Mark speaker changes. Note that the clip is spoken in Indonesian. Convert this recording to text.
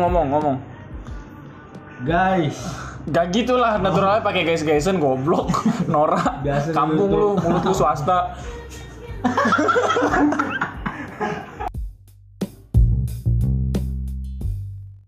Speaker 1: ngomong ngomong
Speaker 2: Guys,
Speaker 1: gak gitulah naturalnya pakai guys guysan goblok Nora
Speaker 2: Biasa di
Speaker 1: kampung lu
Speaker 2: YouTube.
Speaker 1: mulut lu swasta